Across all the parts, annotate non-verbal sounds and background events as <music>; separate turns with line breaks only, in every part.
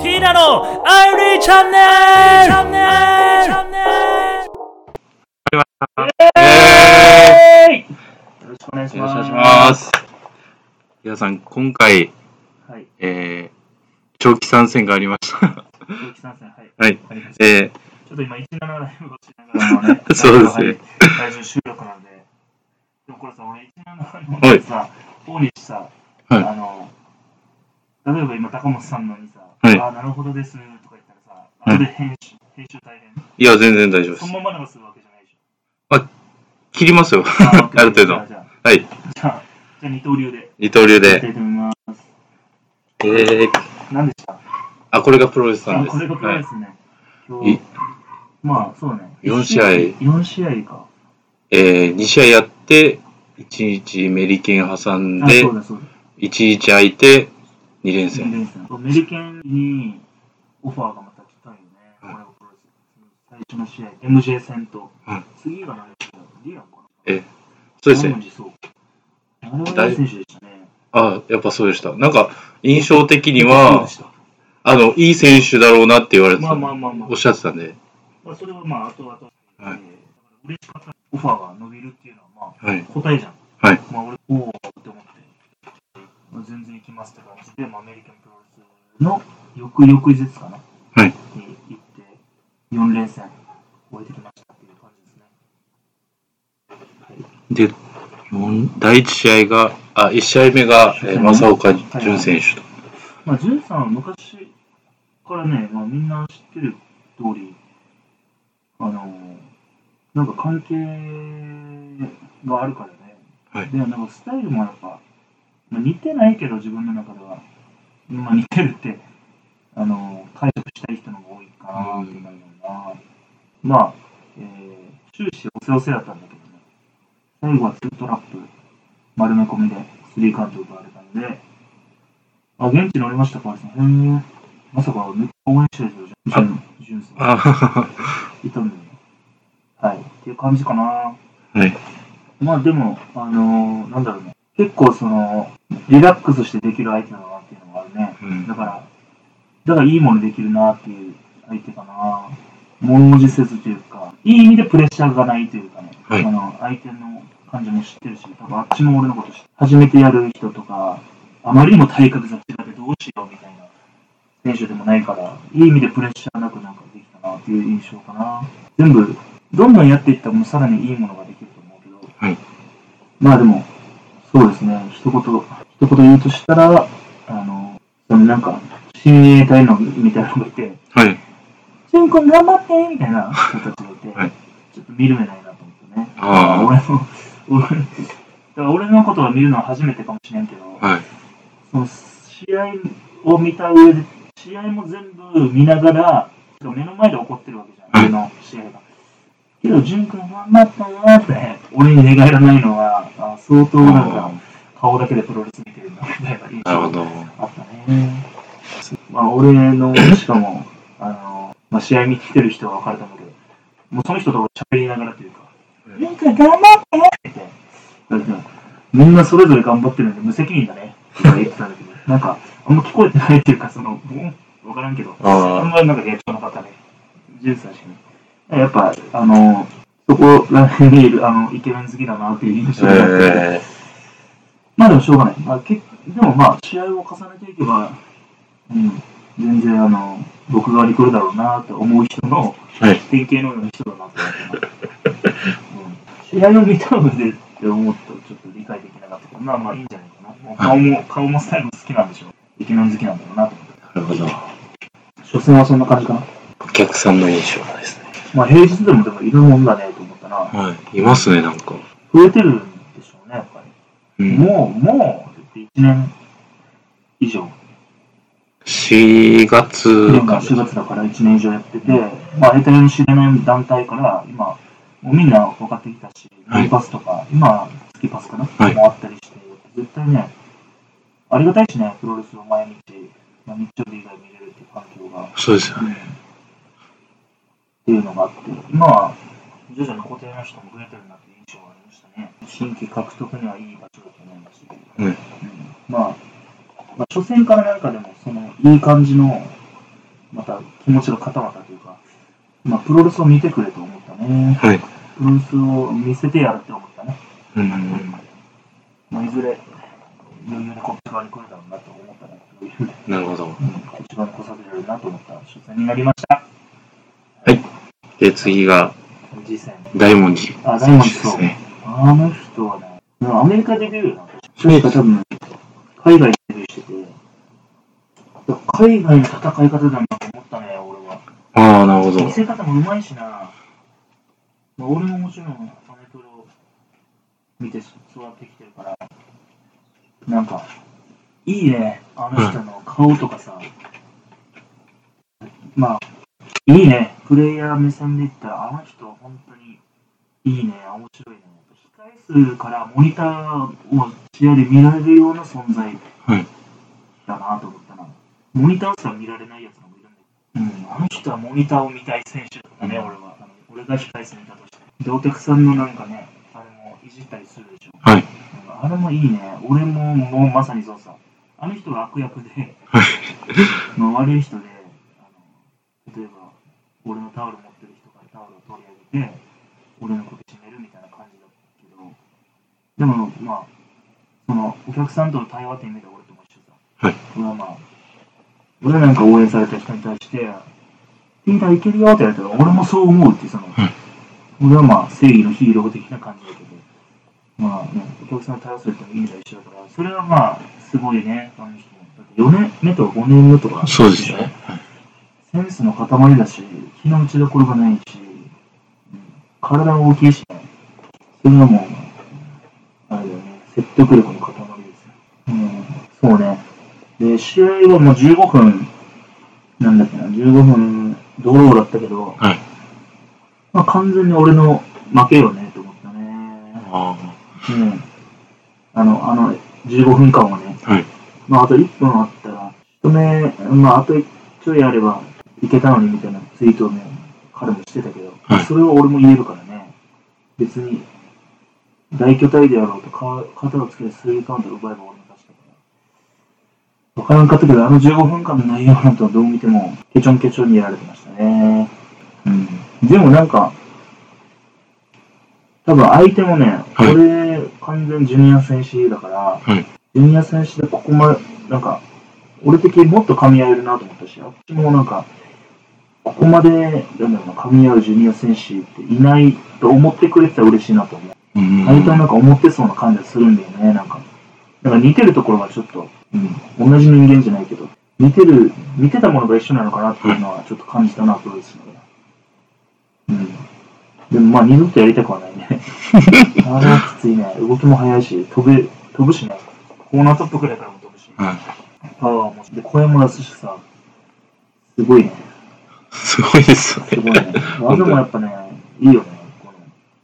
ひなのアイリーチャンネルチャンネルチャンネ
え
よろしくお願いし
よろしくお願
ま
い
す。
します。皆さん、今回、
はい。
えー、長期参戦がありま
<laughs>
した。
鈴木さんですねはい。
はい。
わかりました
えー、、
ちょっと今、17ライブをしながらのね
<laughs> そうですね
ラジオ収録なんで、でもこれさ、俺、17ライブのさ、大西さ、
はい
あの、例えば今、高本さんのにさ、
はい
ああ、なるほどですとか言ったらさ、
い
後で編集、編集大変。
いや、全然大丈夫で
そ
す
の。まま流すわけじゃないでしょ。
切りますよ。
あ
<laughs> ある程度。
じゃ
はい。
あ、じゃあ、じゃあ二刀流で、
二刀流
やって
で。
いきます。
えー、
何でした
あ、これがプロレスさんです。
あこれがプロ
は
で
い
すね。今
い
日、まあそうね。
四試合
4試合か。
えー、2試合やって、1日メリケン挟ん
あ、
で、
そう
1
だそうだ。
日空いて、2連
全
戦。
然ですねメリケンにオファーがまた来たんよね。これがプロレス最初の試合、MJ 戦と
うん。
次が何試合リランかな
え、そうですね。
ね。そうあれは良い選手でしたね。
あ、やっぱそうでした。なんか、印象的に
そう
は
で、した
あの、いい選手だろうなって言われて
まあ
た。
まあまあまあ
おっ。しゃってたんで。
まあそれはまあ、あとあと。
はい
えー嬉しかった。オファーが伸びるっていうのは、まあ、
はい。
答えじゃん。
はい。
まあ、俺、おおって思って、まあ全然行きますって感じで、まあ、アメリカンプロレスの翌々日かな。
はい。
に行って、4連戦終えてきましたっていう感じですね。
で、四第1試合が、あ、1試合目が、えー、正岡潤選手と。
まあ、ジュンさんは昔からね、まあ、みんな知ってる通り、あのーなんか関係があるからね。
はい
で、なんかスタイルもやっぱ、まあ、似てないけど自分の中では、まあ、似てるって、あのー解釈したい人の方が多いかなっていう感じだな。まあ、えー終始おせおせだったんだけどね。最後はツートラップ、丸め込みで、スリーカウント奪われたんで、あ、現地乗りました、川合さん。へえ。まさか、めっちゃ応援してるんですよ、ジュンさん。
あはは。
いたんだよね。はい。っていう感じかな。
はい。
まあでも、あのーなんだろうね。結構その、リラックスしてできる相手だなっていうのがあるね。
うん
だから、だからいいものできるなっていう相手かな。物おじせずというか、いい意味でプレッシャーがないというかね。
はい
あの、相手の感じも知ってるし、多分あっちも俺のこと知ってる。初めてやる人とか、あまりにも体格雑誌だけどうしようみたいな選手でもないから、いい意味でプレッシャーなくなんかできたなっていう印象かな。全部、どんどんやっていったらもうさらにいいものができると思うけど、
はい
まあでも、そうですね、一言、一言言うとしたら、あの、そのなんか、親衛隊のみたいなのがいて、
はい。
シュン君頑張ってみたいな人たちがいて、
はい
ちょっと見る目ないなと思ってね。
あー
俺の、俺だから俺 <laughs> のことを見るのは初めてかもしれんけど、
はい。
その試合を見た上で、試合も全部見ながら、目の前で起こってるわけじゃん、
はい
俺の試合が。けど、潤君頑張ったなって、俺に寝返らないのは、あ相当なんか、顔だけでプロレス見てるんだみたいな印
なるほ
象
ど。
あったね。まあ、俺の、しかも、あの、まあ、試合見に来てる人は分かると思うけど、もうその人と喋りながらというか、なんか頑張ってって言われてもみんなそれぞれ頑張ってるんで無責任だねって言ってたんだけど、なんか、あんま聞こえてないっていうか、その、うん分からんけど、あん
あ
まりなんかリアクションなかったね。ジュースだしね。やっぱ、あの、そこら辺にいる、あの、イケメン好きだなっていう印
あ。
象があって。
え
まあでもしょうがない。まあ、けでもまあ、試合を重ねていけば、うん、全然あの、僕が来るだろうなと思う人の、
はい
典型のような人だなと思ってます、うん、試合を見たのでって思ったらちょっと理解できなかったけど、まあまあいいんじゃないかな。もう顔も、顔もスタイルも好きなんでしょう。イケメン好きなんだろうなと思って。
ー、なるほど。
所詮はそんな感じかな。
お客さんの印象ですね。
まあ平日でもでもいるもんだねと思ったら、
はい。いますね、なんか。
増えてるんでしょうね、やっぱり。
うん。
もう、もう、1年以上。
4月
年
か。
間4月だから1年以上やってて、まあ、得体の知れない団体から、今、もうみんな分かってきたし、
はい
メイパスとか、今、月パスかな、
はい
もあったりして、絶対ね、ありがたいしね、プロレスを毎日、まあ、日曜日以外見れるっていう環境が、
そうですよね。
っていうのがあって、今は徐々に固定の人も増えてるなっていう印象がありましたね。新規獲得にはいい場所だと思いますし、
うん
まあ、まあ、初戦からなんかでも、その、いい感じの、面白かったわったというか、まあ、プロレスを見てくれと思ったね。
はい。
プロレスを見せてやるって思ったね。
うん。
まあ、いずれ、余裕でこっち側に来るだろうなと思ったね。そういう
なるほど。
うんこっち側に来させられるなと思った初戦になりました。
で、次が、
次戦。
大文字
あ、大門
で
そう
す。ね。
あの人はね、でもアメリカで出るよな。確か多分、海外でデビューしてて、いや海外の戦い方だなと思ったね、俺は。
ああ、なるほ
見
ど。
せ方もうまいしな。まあ、俺ももちろん、アメトロ見て育ってきてるから、なんか、いいね、あの人の顔とかさ。まあ、いいね、プレイヤー目線で言ったら、あの人、本当にいいね、面白いね。控え数からモニターを試合で見られるような存在
はい
だなと思ったな。モニターすら見られないやつのもいるんだけどうん、あの人はモニターを見たい選手だったね、俺は。あの俺が控え室にいたとして。で、お客さんのなんかね、あれもいじったりするでしょ。
はい
うんあれもいいね。俺ももうまさにそうさ。あの人は悪役で、まあ悪い人で、あの例えば、俺のタオル持ってる人からタオルを取り上げて、俺の首絞めるみたいな感じだったけど、でも、まあ、そのお客さんとの対話って意味では俺とも一緒さ。
はい
俺はまあ、俺なんか応援された人に対して、ピーターいけるよって言われたら、俺もそう思うって、その、俺はまあ、正義のヒーロー的な感じだけど、まあね、お客さんに対応するって意味では一緒だから、それはまあ、すごいね、あの人も。だって4年目とか5年目とか、
そうですね。
センスの塊だし、日の打ちどころがないし、うん体も大きいしね、それはもう、あれだよね、説得力の塊ですよ。うん、そうね。で、試合はもう15分、なんだっけな、15分ドローだったけど、
はい
まあ、完全に俺の負けよね、と思ったね。
あ
うん。あの、あの、15分間はね、
あ。はい。
まあ、あと1分あったら、一目、まあ、あとちょいあればいけたのにみたいなツイートをね、彼もしてたけど、
はい
それを俺も言えるからね、別に、大巨体であろうと、か肩をつけてスリーカウント奪えば俺の勝ちだから。わからんかったけど、あの15分間の内容なんてはどう見ても、ケチョンケチョンにやられてましたね。うん。でもなんか、多分相手もね、
はい
これ完全ジュニア選手だから、ジュニア選手でここまで、なんか、俺的にもっと噛み合えるなと思ったし、あっちもなんか、ここまで、なんだろうな、噛み合うジュニア選手っていないと思ってくれてたら嬉しいなと思う。
うん。
大体なんか思ってそうな感じがするんだよね、なんか。なんか似てるところがちょっと、うん、同じ人間じゃないけど、似てる、似てたものが一緒なのかなっていうのはちょっと感じたな、プロレスのね。うん。でもまあ二度とやりたくはないね。あれはきついね。動きも速いし、飛べ、飛ぶしね。コーナートップくらいからも飛ぶし。
はい。
パワーも、で、声も出すしさ、すごいね。
すごいですよ
すごい
ね。
ね。技もやっぱね、いいよね。この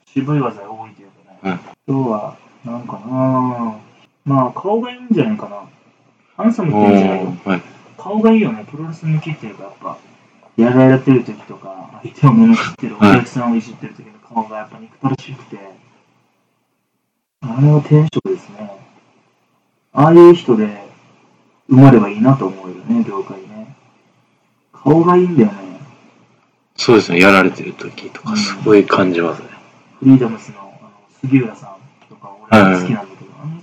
渋い技が多いというかね。今日は、なんかなぁ。まあ、顔がいいんじゃないかな。ハンサムっ
お
ていうんじゃないよ。
ーはい。
顔がいいよね。プロレス向きっていうか、やっぱ、やられてる時とか、相手を物知ってる、お
はい
客さんをいじってる時の顔がやっぱ憎たらしくて、あれは天職ですね。ああいう人で生まればいいなと思うよね、業界ね。顔がいいんだよね。
そうですね。やられてる時とか、すごい感じますね。
フリーダムスのあの杉浦さんとか俺が好きなんだけど、あの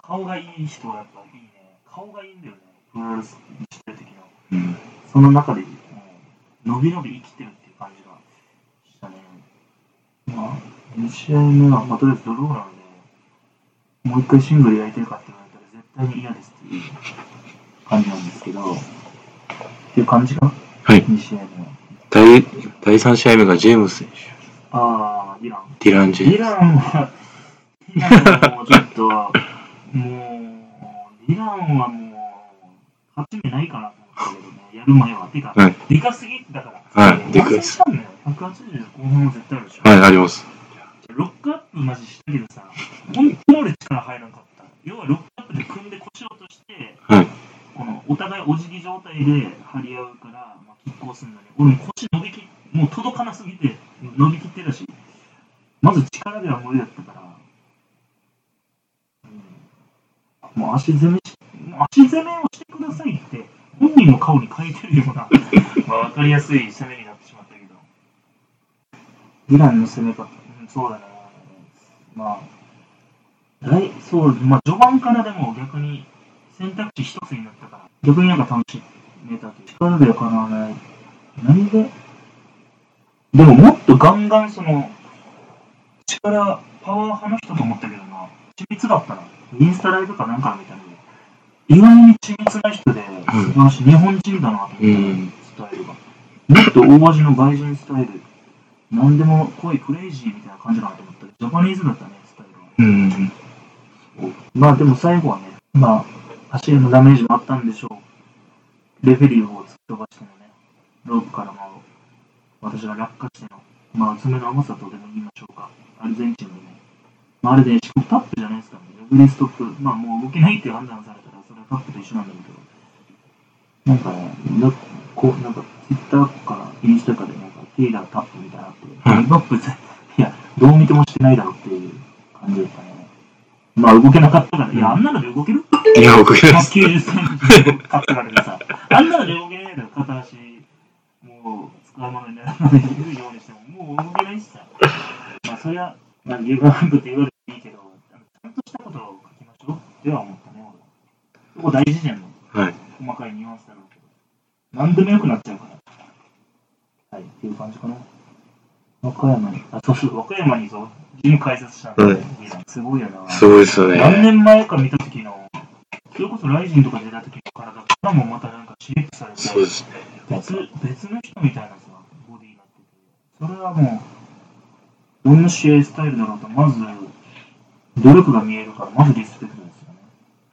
顔がいい人はやっぱいいね。顔がいいんだよね。プロレスしてる時の。
うん。
その中で、うん伸び伸び生きてるっていう感じがしたね。まあ、2試合目は、まあ、とりあえずドローなので、もう一回シングルやりたいかって言われたら絶対に嫌ですっていう感じなんですけど、っていう感じが、
はい
2試合目は。
第、第3試合目がジェームス選手。
ああ、イラン。
ディラン・ジェーム
イ
ス。
ランは、イランはもうちょっと、もう、イランはもう、勝ち目ないかなと思ったけどね、やる前は。てか、
はい
でかすぎだから。
はいでかい
で。
ですす
したんだよ。180後半は絶対あるでしょ。
はい、あります。
ロックアップマジしたけどさ、本当に俺力入らなかった。要はロックアップで組んで腰を落として、
はい
このお互いお辞儀状態で張り合うから、まあ、拮抗するのに、俺も腰伸びき、もう届かなすぎて、伸びきってるし、まず力では無理だったから、うんもう足攻めし、もう足攻めをしてくださいって、本人の顔に書いてるような、まあ、わかりやすい攻めになってしまったけど、イランの攻め方、うん、そうだな、まあ、だいそう、まあ、序盤からでも逆に選択肢一つになったから、逆になんか楽しめたという力ではかなわない。何ででももっとガンガンその、力、パワー派の人と思ったけどな、緻密だったな。インスタライブかなんかみたいな。意外に緻密な人で、素晴らしい、日本人だなと思った、
うん
スタイルが。もっと大味の外人スタイル、なんでも濃いクレイジーみたいな感じだなと思ったけどジャパニーズだったね、スタイ
う
ルは。
ん。
まあでも最後はね、まあ、走りのダメージもあったんでしょう。レフェリーを突き飛ばしてのね、ロープからまあ、私が落下しての、まあ、爪の甘さとでも言いましょうか。アルゼンチンのね、まあ、あれで、しかもタップじゃないですからね。レフェリーストップ、まあもう動けないって判断されたら、それはタップと一緒なんだけど。なんかね、なこうなんか、ツイッターとかインスタとかで、なんか、テイラータップみたいなのあって、リバップぜ、いや、どう見てもしてないだろうっていう感じだったね。まあ、動けなかったから、いや、あんなので動ける
いや、僕が、
90センチあったからでさ、あんなので動けないだろ、片足、もう、使うものにならないようにしても、もう動けないしさ。まあ、そりゃ、まあ、ギブアップって言われていいけど、あのちゃんとしたことを書きましょうっては思ったね、俺は。そこ大事じゃん。
はい。
細かいニュアンスだろうけど。何でも良くなっちゃうから。はい、っていう感じかな。和歌山に、あ、そうそう、和歌山にそう、ジム開設したんだよね、すごいよな。
すごいですよ
何
ね。
年前か見た時の、それこそライジンとか出た時の体からもまたなんかシェイプされて、
そうですね。
別別の人みたいなさ、ボディになってて、それはもう、どんな試合スタイルだろうと、まず、努力が見えるから、まずリスペクトですよね。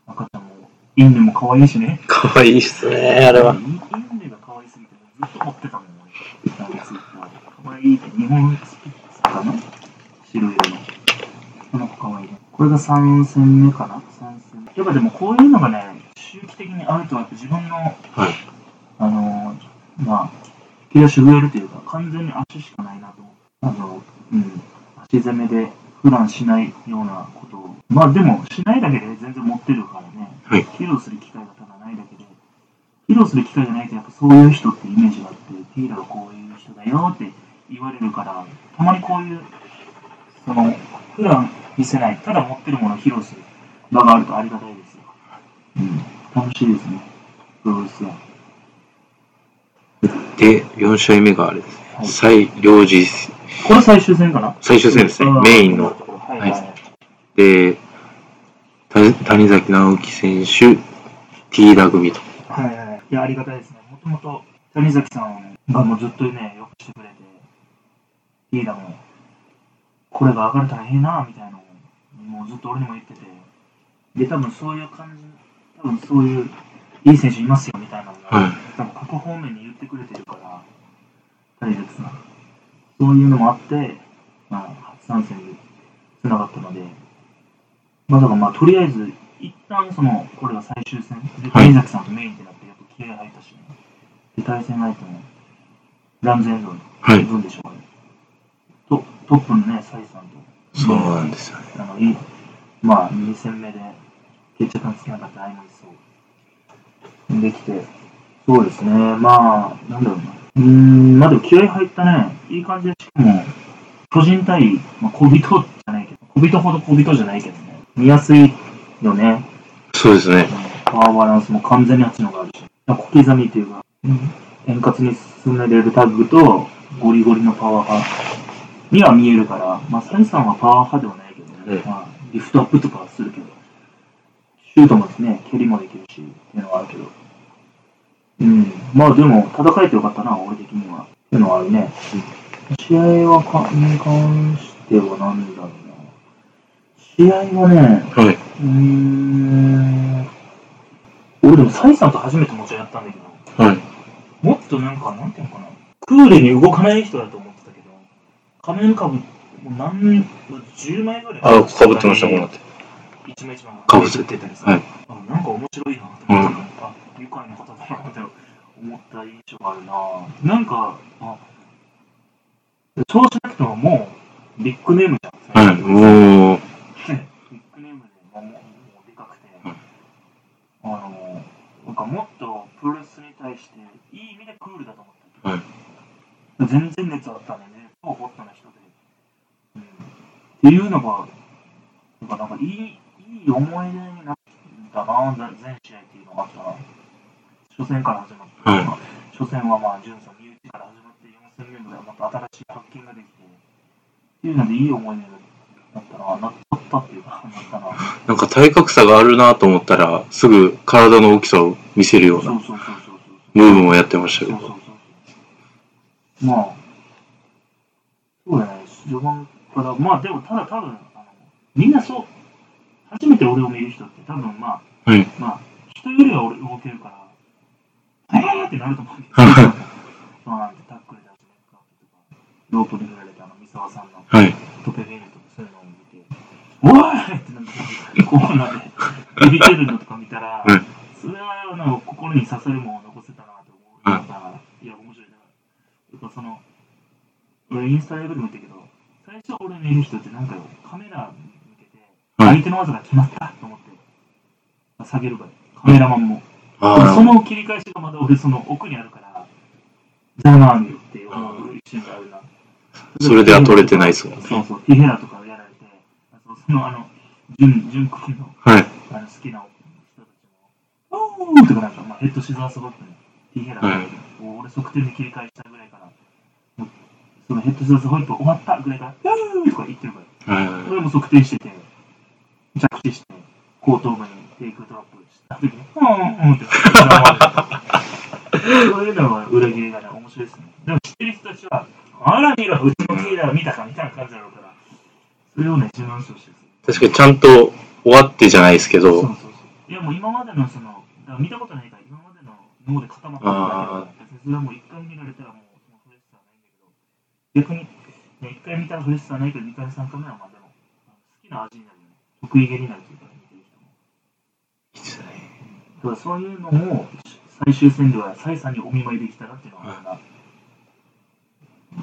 赤ちゃんも、インデも可愛いしね。
かわいいっすね、あれ
イ
は。
ンインデが可愛すぎて、ずっと追ってたもんね。なんかツイッターで可愛いって、日本スピッツかな白色の。この子可愛いね。これが3戦目かな三戦目。やっぱでもこういうのがね、周期的にあると、やっぱ自分の、
はい
あのー、まあ、毛足増えるというか、完全に足しかないなと思う。あの、うん、足攻めで普段しないようなことを。まあでも、しないだけで全然持ってるからね。
はい
披露する機会がただないだけで、披露する機会がないと、やっぱそういう人ってイメージがあって、ティーラはこういう人だよって言われるから、たまにこういう、その、普段見せない、ただ持ってるものを披露する場があるとありがたいですよ。うん、楽しいですね。プロレスは。
で、4試合目があれですね。最領事、
これ最終戦かな
最終戦ですね。メインの。。
はいはいはい。
で、た谷崎直樹選手、T ラグビーと。
はいはいはい。いや、ありがたいですね。もともと、谷崎さんがもうずっとね、よくしてくれて、リーダーも、これが上がれたらええな、みたいなのを、もうずっと俺にも言ってて、で、多分そういう感じ、多分そういう、いい選手いますよ、みたいなのが、
はい
多分各方面に言ってくれてるから、谷崎さん。そういうのもあって、まあ、初参戦につながったので、まあ、だからまあ、とりあえず、一旦その、これが最終戦、で、
はい
谷崎さんとメインってなって、やっぱ気合入ったしね。で、対戦相手も、ラムズエンドの
はい。
分でしょうかね。と、トップのね、サイさんと、
そうなんですよね。
あの、いい、まあ、2戦目で決着がつけなかったアイマンそう。できて、そうですね、まあ、なんだろうな。うーん、まあでも気合入ったね。いい感じで、しかも、巨人対、まあ、小人じゃないけど、小人ほど小人じゃないけどね。見やすいよね。
そうですね。
パワーバランスも完全にあっちの方があるし、小刻みというか、円滑に進めれるタッグと、ゴリゴリのパワー派には見えるから、まあ、サイさんはパワー派ではないけどね、
うん
まあ、リフトアップとかはするけど、シュートもですね、蹴りもできるし、っていうのはあるけど、うん、まあでも、戦えてよかったな、俺的には。っていうのはあるね。試合はか、に関しては何だろうな。試合はね、
はい。
うーん俺でもサイさんと初めてもちろんやったんだけど
はい。
もっとなんかなんていうのかなクールに動かない人だと思ってたけど仮面かぶもう何10枚ぐらい
あ、かぶってました、こうなって。
一枚一枚
かぶってて
たりさ、
はい
あなんか面白いなと思った、あ愉快な方だなって思った印象があるななんかあそうしなくてももうビッグネームじゃん、
はい。もう、
ニックネームでもうもうでかくて、
うん
あのなんかもっとプロレスに対して、いい意味でクールだと思った。
はい
全然熱あったんでね、超ホットな人で。うん、っていうのが、なんかなんかいいいい思い出になったな、全全試合っていうのがあったな。初戦から始まって、
はい
初戦はまあ、純さん、身内から始まって、4戦目までまた新しい発見ができて、っていうので、いい思い出になったな、なったっていうか、なったな。
なんか体格差があるなと思ったら、すぐ体の大きさを見せるよう
そう
な
そうそうそうそう。
ムーブもやってましたけ
そうそう
ど。
そう。まあ、そうだね、序盤から、まあでも、ただ多分、あのみんなそう、初めて俺を見る人って、多分まあ、
はい
まあ、人よりは俺動けるから、あーってなると思うけど、
はい
まあ、タックルだとか、ロープに振られたあの三沢さんの
はい。
トペフィルとかそういうのを見て、おーいってなんか、コーナーでビビってるのとか見たら、
うん
それはなんか心に刺さるものを残せたなと思う。なんか、いや、面白いな。なんかその、俺インスタライブでも言ったけど、最初俺見る人ってなんかカメラ見てて、
はい
相手の技が決まったと思って、下げるから、カメラマンも。でも
あ
その切り返しがまだ俺その奥にあるから、邪魔なんって思う一瞬があるな。
あ、それでは取れてないですもんね。
そうそう、ティヘラとかをやられて、あとそのあの、ジュン、ジュン君の
はい。
あの好きな人たちも、おーとかなんか、まあ、ヘッドシザースバックのティヘラが、
はい
もう俺側転で切り返したぐらいから、もうそのヘッドシザースホイップ終わったぐらいから、うーとか言ってるから、
は
俺も側転してて、着地して、後頭部にテイクトラップした時に、 <laughs> うーん、うんって、そういうのは裏切りがね、面白いですね。でも知ってる人たちは、あら、見ろ、うちのティーラー見たかみたいな感じだろうから、それをね、自慢してほしいです。
い。確かにちゃんと終わってじゃないですけ
そう
ど、
そうそういやもう今までのそのだから見たことないから今までの脳で固まってるから別にそれはもう一回見られたらもうそのフレッシュさはないんだけど逆にね一回見たらフレッシュさはないけど二回三回目はまあでもあの好きな味になるよね得意げになるというか見てる人もだからそういうのを最終戦ではサイさんにお見舞いできたらっていうのがあるな、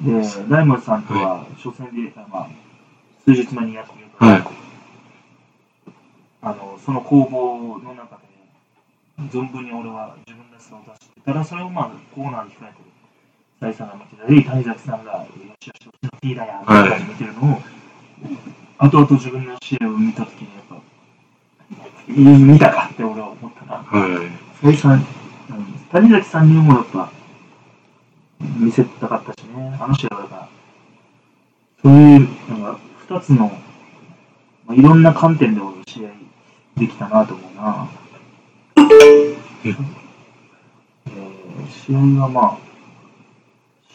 で大門さんとは初戦で、あまあ、数日前にやってるから、
はい
あのその攻防の中で存分に俺は自分らしさを出してたらそれをまあコーナーに控えてる大さんが見てたり谷崎さんが「よしよしうちの T だや」みたいな感じで見てるのを、後々自分の試合を見た時にやっぱ「いい見たか」って俺は思ったな
はい。
谷さん、うん谷崎さんにもやっぱ見せたかったしね、あの試合はだから、そういう、なんか、二つの、まあ、いろんな観点で俺試合できたなと思うな。えー試合はまあ、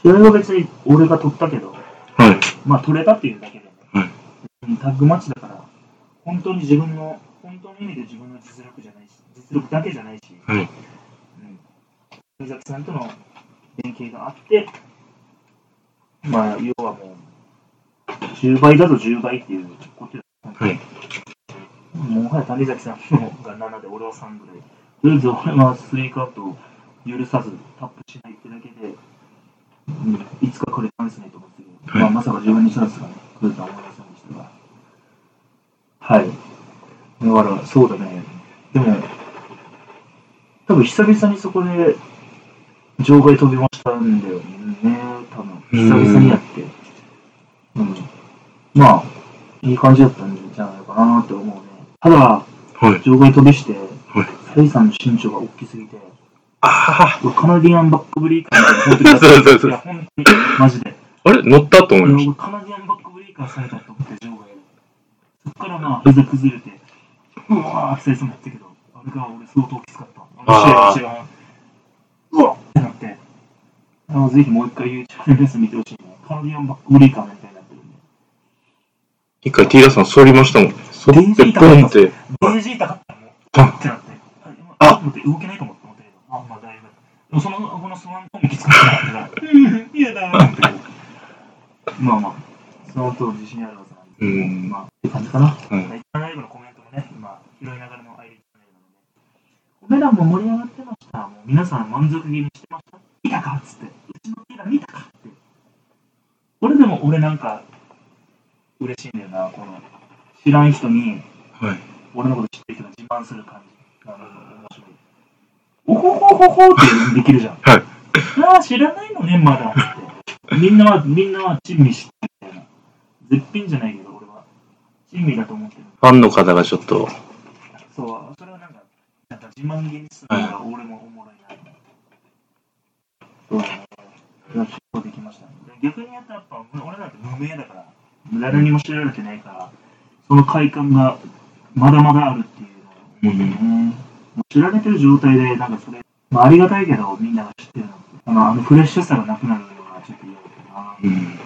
試合は別に俺が取ったけど、
はい。
まあ取れたっていうだけでね、
はい
別にタッグマッチだから、本当に自分の、本当の意味で自分の実力じゃないし、実力だけじゃないし、
はい。
うん富崎さんとの連携があって、まあ、要はもう、10倍だと10倍っていうことよ。
はい。
もはや谷崎さんの方が7で、俺は3ぐらい。とりあえず俺はスリーカウントを許さずタップしないってだけで、うん、いつかくれたんですねと思ってたけど、
はい
まあ、まさか自分にチャンスが、ね、来るとは思いませんでしたが。はい。だから、そうだね。でも、多分久々にそこで場外飛びましたんだよね、多分久々にやって。うん。まあ、いい感じだったんじゃないかなって思うね。ただ、
はい。
場外飛びして、
はい
サイさんの身長が大きすぎて、
あ
俺カナディアンバックブリーカーみたいな本当に
そうそうそう
いや、本当に、マジで。いや
あ、あれ乗ったと思いまし
俺カナディアンバックブリーカーされたと思って、場外で。そっからまあ、膝崩れて、うわー、久々もやったけど、あれが俺相当きつかった。
あー
の試合が一番、うわっってなって、あのぜひもう一回 YouTube レース見てほしいな。カナディアンバックブリーカーみたいになってるんで。
た。一回ティーラさん反りましたもんね。反ってポンって。
デジータかったも
あ
うってなって。
あ
あ、待って、動けないかもって思ったけど、あ、まあ大丈夫だ。でもその、このスワントーンきつかったから、うん、嫌だーって。まあまあ、その後自信あるはずなんで、
うん
まあ、って感じかな。
うん
一番ライブのコメントもね、今、拾いながらのアイリーチャンネルなので、お値段も盛り上がってました。もう皆さん満足げにしてました。見たかっつって、うちのティラ見たかって。俺でも俺なんか、嬉しいんだよな、この、知らん人に、
はい。
俺のこと知ってる人が自慢する感じ。あの面白い。おほほほほってできるじゃん。
はい
ああ、知らないのね、まだって。みんなは、みんなは珍味知ってるみたいな。絶品じゃないけど、俺は。珍味だと思ってる。
ファンの方がちょっと、
そう、それはなんか、なんか自慢げにするのが俺もおもろいなと思って。そう、結構できました、ね。逆にやったらやっぱ、俺なんて無名だから、誰にも知られてないから、その快感がまだまだあるっていうのを思ってね、もう知られてる状態で、なんかそれ、まあ、ありがたいけど、みんなが知ってるのって、あのあのフレッシュさがなくなるのがちょっと嫌だな。
うん、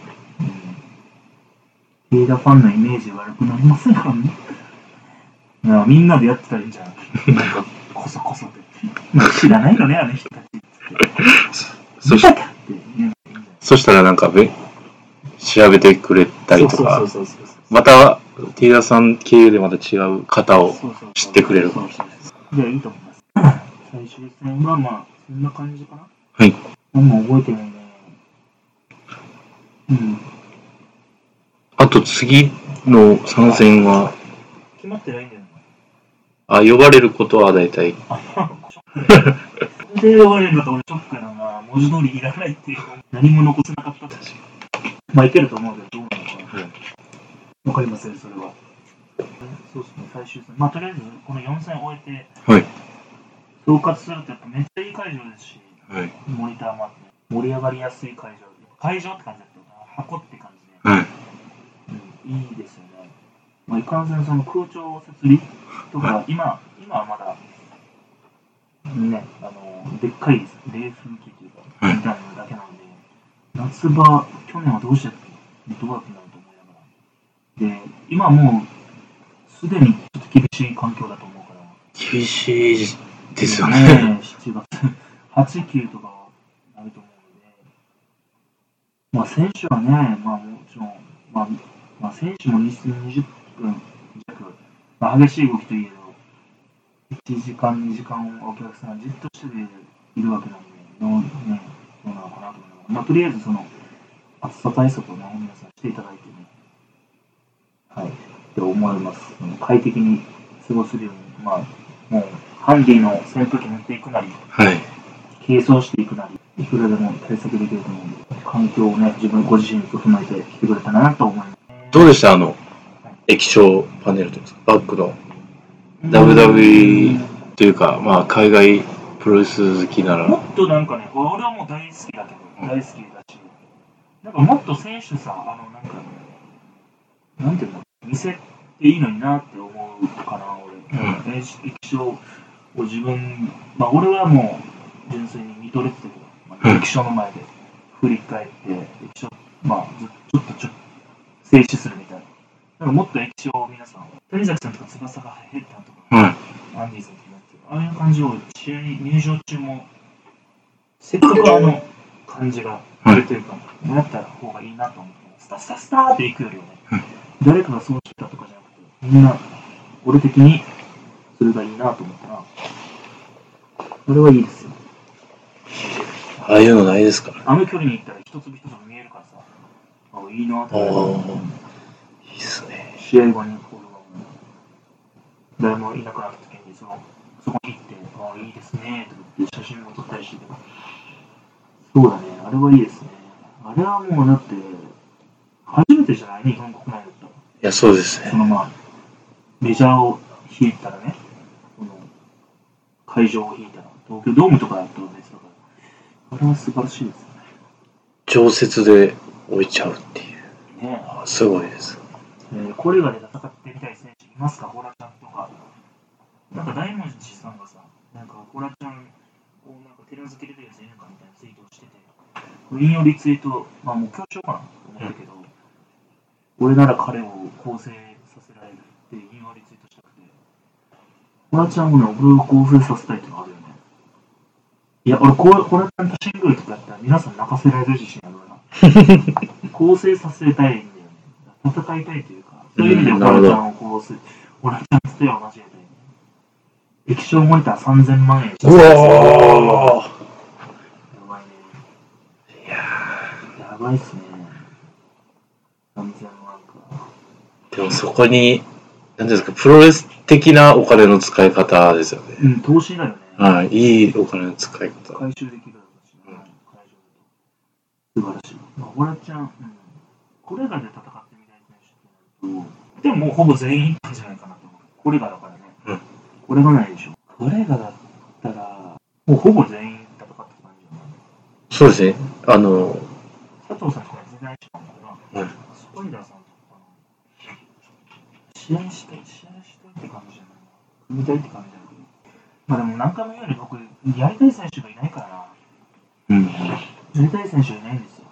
うん映画ファンのイメージ悪くなりますからね。いやみんなでやってたらいいんじゃん。なんか、こそこそで。知らないのね、あの人たち。
<laughs> そし
見たかって言うのがいいんじゃない
そしたらなんかべ、調べてくれたりとか、
そうそうそうそうそう
また、ティーダさん経由でまた違う方を、
そうそう
知ってくれる
そうそうそうじゃあいいと思います最終戦はまあそんな感じかな
はい
何も覚えてないねうん
あと次の参戦は、
決まってないんだよね
あ、呼ばれることは大体、
で呼ばれると俺ショックなのが文字通りいらないっていう何も残せなかったってまあいけると思うけどどうなのかな
はい
わかりませんそれはそうですね最終戦まあとりあえずこの4戦終えて
はい
総括するとやっぱめっちゃいい会場ですし
はい、
モニターもあって、盛り上がりやすい会場、会場って感じだったよな、箱って感じ
はい、
で、いいですよね。まあ、いかんせん、その空調設備とか、今、今はまだ、ね、あの、でっかい冷風機というか、
はい
みたいなのだけなんで、夏場、去年はどうしてたっけどうだったんだろうと思いながら。で、今はもう、すでにちょっと厳しい環境だと思うから、
厳しいです
<laughs>
よ
え
ね。
7月、8、9とかはなると思うので、まあ、選手はね、まあ、もちろん、まあ、まあ、選手も20分弱、まあ、激しい動きといえど、1時間、2時間お客さんがじっとしているわけなので、どう,、ね、どうなのかなと思うまあ、とりあえずその暑さ対策をね、皆さんしていただいてね、はい、って思います。あの快適に過ごせるように、まあ、もう、ハンディの扇風機持っていくなり、
はい、
軽装していくなり、いくらでも対策できると思うんで、環境をね、自分ご自身に整えてきてくれたらなと思います。
どうでしたあの、液晶パネルというか、バックの、WWE というか、まあ、海外プロレス好きなら、
もっとなんかね、俺はもう大好きだけ
うん
ど、大好きだし、なんかもっと選手さ、あの、なんか、なんていうの、見せていいのになって思うかな、俺。うん、液晶を自分、まあ、俺はもう、純粋に見とれてたけど、まあ
うん
液晶の前で振り返って、液晶、まあ、ずちょっとちょっと静止するみたいな。なんかもっと液晶を皆さん、谷崎さんとか翼が減ったとか、
はい、
アンディーさんとなってるああいう感じを試合入場中もせっかくあの感じが
はい
出てるかも、なった方がいいなと思ってスタスタスタっていくよりはね、誰かがそうしたとかじゃなくてみんな俺的にそれがいいなと思ったらそれはいいですよ
ああいうのないですからね。
あの距離に行ったら一粒一粒見えるからさあいいなと
ああ
思って。、
いいっすね。
試合後にこう誰もいなくなった時にそのそこに行って「ああいいですね」とか言って写真も撮ったりしてそうだねあれはいいですねあれはもうだって初めてじゃない日本国内だったら
いや、そうです
そ
ね。
のまあメジャーを引いたらねその会場を引いたら東京ドームとかだと別だからあれは素晴らしいですよ
常設で置いちゃうっていう。
ねね
あすごいです。
えーこれがで戦ってみたい選手いますか、ホラちゃんとか。なんか大文字さんがさ、なんかホラちゃんをなんか手なずけれるやついるかみたいなツイートをしてて、引用リツイート、まあもう今日しようかなと思ったけど、俺なら彼を構成させられるって引用リツイートしたくて、ホラちゃんをね、俺を構成させたいってのがあるよね。いや、俺こう、ホラちゃんとシングルとかやったら皆さん泣かせられる自信あるわな。
<laughs>
構成させたいんだよね。戦いたいというか、そういう意味で
うん
ホ
なるほど
ラちゃんをこうする。ホラちゃんと手は同じやたいね。液晶モニター3000万円した
う
や
わ
ばいね。
ーいや
やばいっすね。3000万か。
ーでもそこに、なんていうんですか、プロレス的なお金の使い方ですよね。
うん、投資だよね。
はい、いいお金の使い方。
回収できるだろうし、ね、会場だと。素晴らしい。まあ、ホラちゃん、うん、これらで戦ってみたい選手ってなると、でももうほぼ全員いったんじゃないかなと思う。これがだからね、
うん
これがないでしょ。これがだったら、もうほぼ全員戦った感じだな。
そうですね。あの、
佐藤さんとか全然ないしかもな、
うん
スパイダーさんとかな、試合して、試合してって感じじゃない組みたいって感じじゃないまあでも何回も言うように僕、やりたい選手がいないからな。
うん。
やりたい選手はいないんですよ。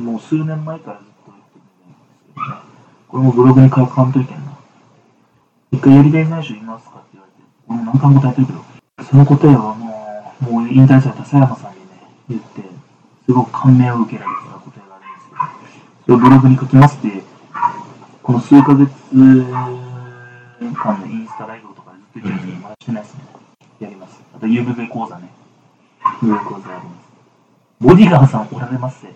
もう数年前からずっと言ってるんですけどね。これもブログに書かんといてんな。一回やりたい選手いますかって言われて、俺も何回も答えてるけど、その答えはもう、もう引退された佐山さんにね、言って、すごく感銘を受けられた答えがあるんですけど、それをブログに書きますって、この数ヶ月間のインスタライブとかでずっと言ってるんですけど、まだしてないですね。やります。あと、UVB 講座ね。UVB 講座やります。ボディガーさんおられますね。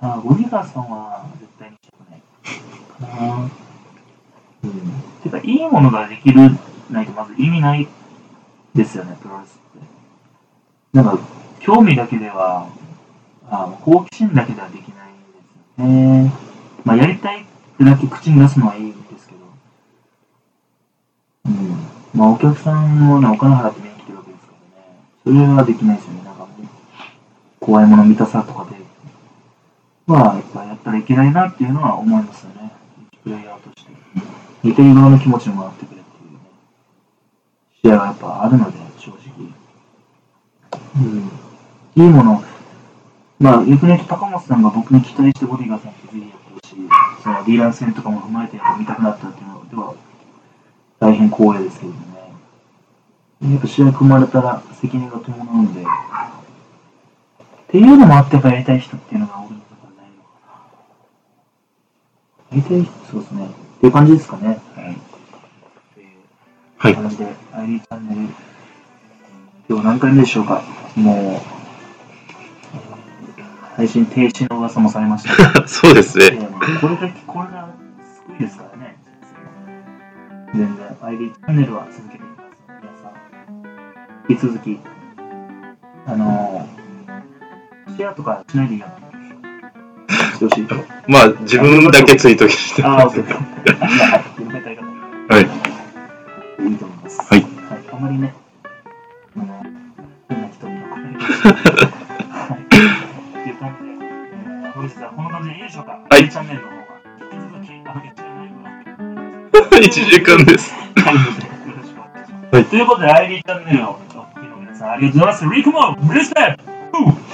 あーボディガーさんは絶対に来たくないかな。
うん。
てか、いいものができるないとまず意味ないですよね、プロレスって。なんか、興味だけでは、あー好奇心だけではできないですよね。まあ、やりたいってだけ口に出すのはいいんですけど、うん。まあ、お客さんもね、お金払って見に来てるわけですからね。それはできないですよね、なんかもう怖いもの見たさとかで、まあ、やっぱやったらいけないなっていうのは思いますよね。プレイヤーとして。見てる側の気持ちもあってくれっていうね。試合はやっぱあるので、正直。うん。いいもの、まあ、逆に言うと高松さんが僕に期待してボディガーさんってぜひやってほしい。そのディーラン戦とかも踏まえてやっぱ見たくなったっていうのでは、大変光栄ですけどね。やっぱ試合組まれたら責任が伴うんで。っていうのもあってやっぱやりたい人っていうのが多いのかないのかな。やりたい人、そうですね。っていう感じですかね。
はい
と
は
いう
い。
感じで、ID チャンネル、今日何回目でしょうか。もう、配信停止の噂もされ
<laughs>
ました。
そうです
い
ね。
やこれだけ、これが救いですからね。全然、ID チャンネルは続けていきますので、皆さん、引き続き、あのー、シェアとかしないでいいやしてほ
<laughs>
しい。
まあ、自分だけツイートして。
ああ、そうです。 <laughs> 広めたい方
<laughs> はい。
いいと思います。
はい
あまりね、あの、変な人に怒られる。はい。っていう感じで、えー、本日はこんな感じでいいでしょうか。
はい
チャンネルの方が、引き続き、あの、一覧ライブは
1時間です。
はいよろしくお願いします。
はい
ということで、ID チャンネルをお聞きの皆さん、ありがとうございます。リクモブリスペクト